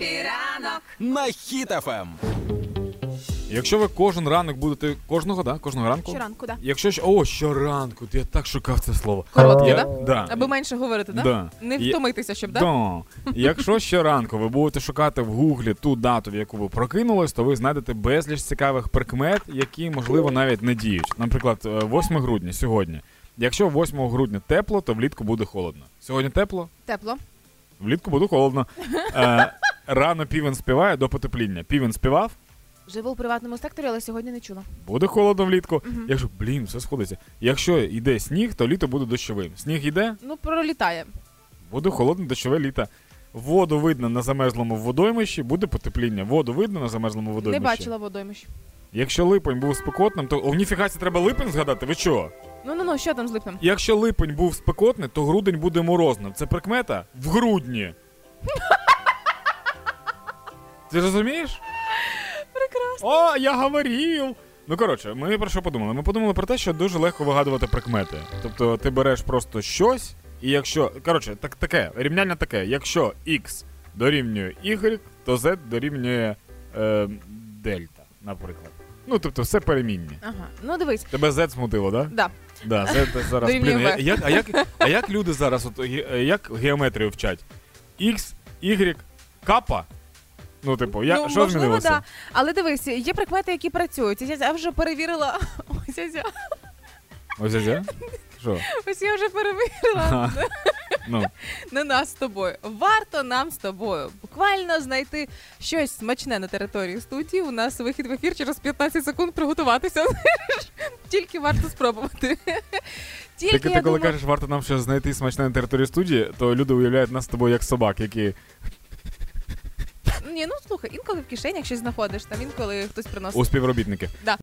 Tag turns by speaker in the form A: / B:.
A: Ранок.
B: на хітафем.
C: Якщо ви кожен ранок будете кожного, да? Кожного ранку?
D: Щоранку, да.
C: Якщо щ- о, щоранку, ти я так шукав це слово.
D: Короткі,
C: Я-
D: да?
C: Да.
D: Аби менше говорити, да?
C: Е, Да.
D: Не
C: Я-
D: втомитися, щоб, да?
C: Да. Якщо щоранку ви будете шукати в гуглі ту дату, в яку ви прокинулись, то ви знайдете безліч цікавих прикмет, які можливо навіть не діють. Наприклад, е, 8 грудня сьогодні. Якщо 8 грудня тепло, то влітку буде холодно. Сьогодні тепло,
D: Тепло.
C: влітку буде холодно. Е, рано півень співає до потепління. Півень співав,
D: Живу у приватному секторі, але сьогодні не чула.
C: буде холодно влітку. Якщо блін, все сходиться. Якщо йде сніг, то літо буде дощовим. Сніг йде,
D: Ну, пролітає.
C: Буде холодне дощове літо. Воду видно на замерзлому водоймищі, буде потепління. Воду видно на замерзлому водоймищі.
D: Не бачила водоймищ.
C: Якщо липень був спекотним, то о, ніфігасі треба липень згадати. Ви що?
D: Ну ну ну, що там з липнем?
C: Якщо липень був спекотний, то грудень буде морозним. Це прикмета в грудні. Ти розумієш? Прекрасно. О, я говорив. Ну коротше, ми про що подумали? Ми подумали про те, що дуже легко вигадувати прикмети. Тобто ти береш просто щось, і якщо. Коротше, так, таке, рівняння таке. Якщо X дорівнює Y, то Z дорівнює е, дельта, наприклад. Ну, тобто, все перемінні.
D: Ага. Ну дивись.
C: Тебе Z смутило, так? Да?
D: Да.
C: Да, це, це зараз.
D: Дорівнює
C: Блін, я,
D: В.
C: як, а, як, а як люди зараз, от, ге- е, як геометрію вчать? X, Y, капа? Ну, типу, я,
D: ну,
C: що
D: можливо,
C: змінилося?
D: да. Але дивись, є прикмети, які працюють. Я, я вже перевірила. Ось я, я-
C: Ось ось, я? Що?
D: ось я вже перевірила.
C: Ага. Ну,
D: Не нас з тобою. Варто нам з тобою буквально знайти щось смачне на території студії. У нас вихід в ефір через 15 секунд приготуватися. Тільки варто спробувати. Тільки
C: ти, ти
D: я
C: коли
D: думаю,
C: кажеш, варто нам щось знайти смачне на території студії, то люди уявляють нас з тобою як собак, які.
D: Ні, ну слухай, інколи в кишенях щось знаходиш, там інколи хтось приносить.
C: У співробітників.
D: Да.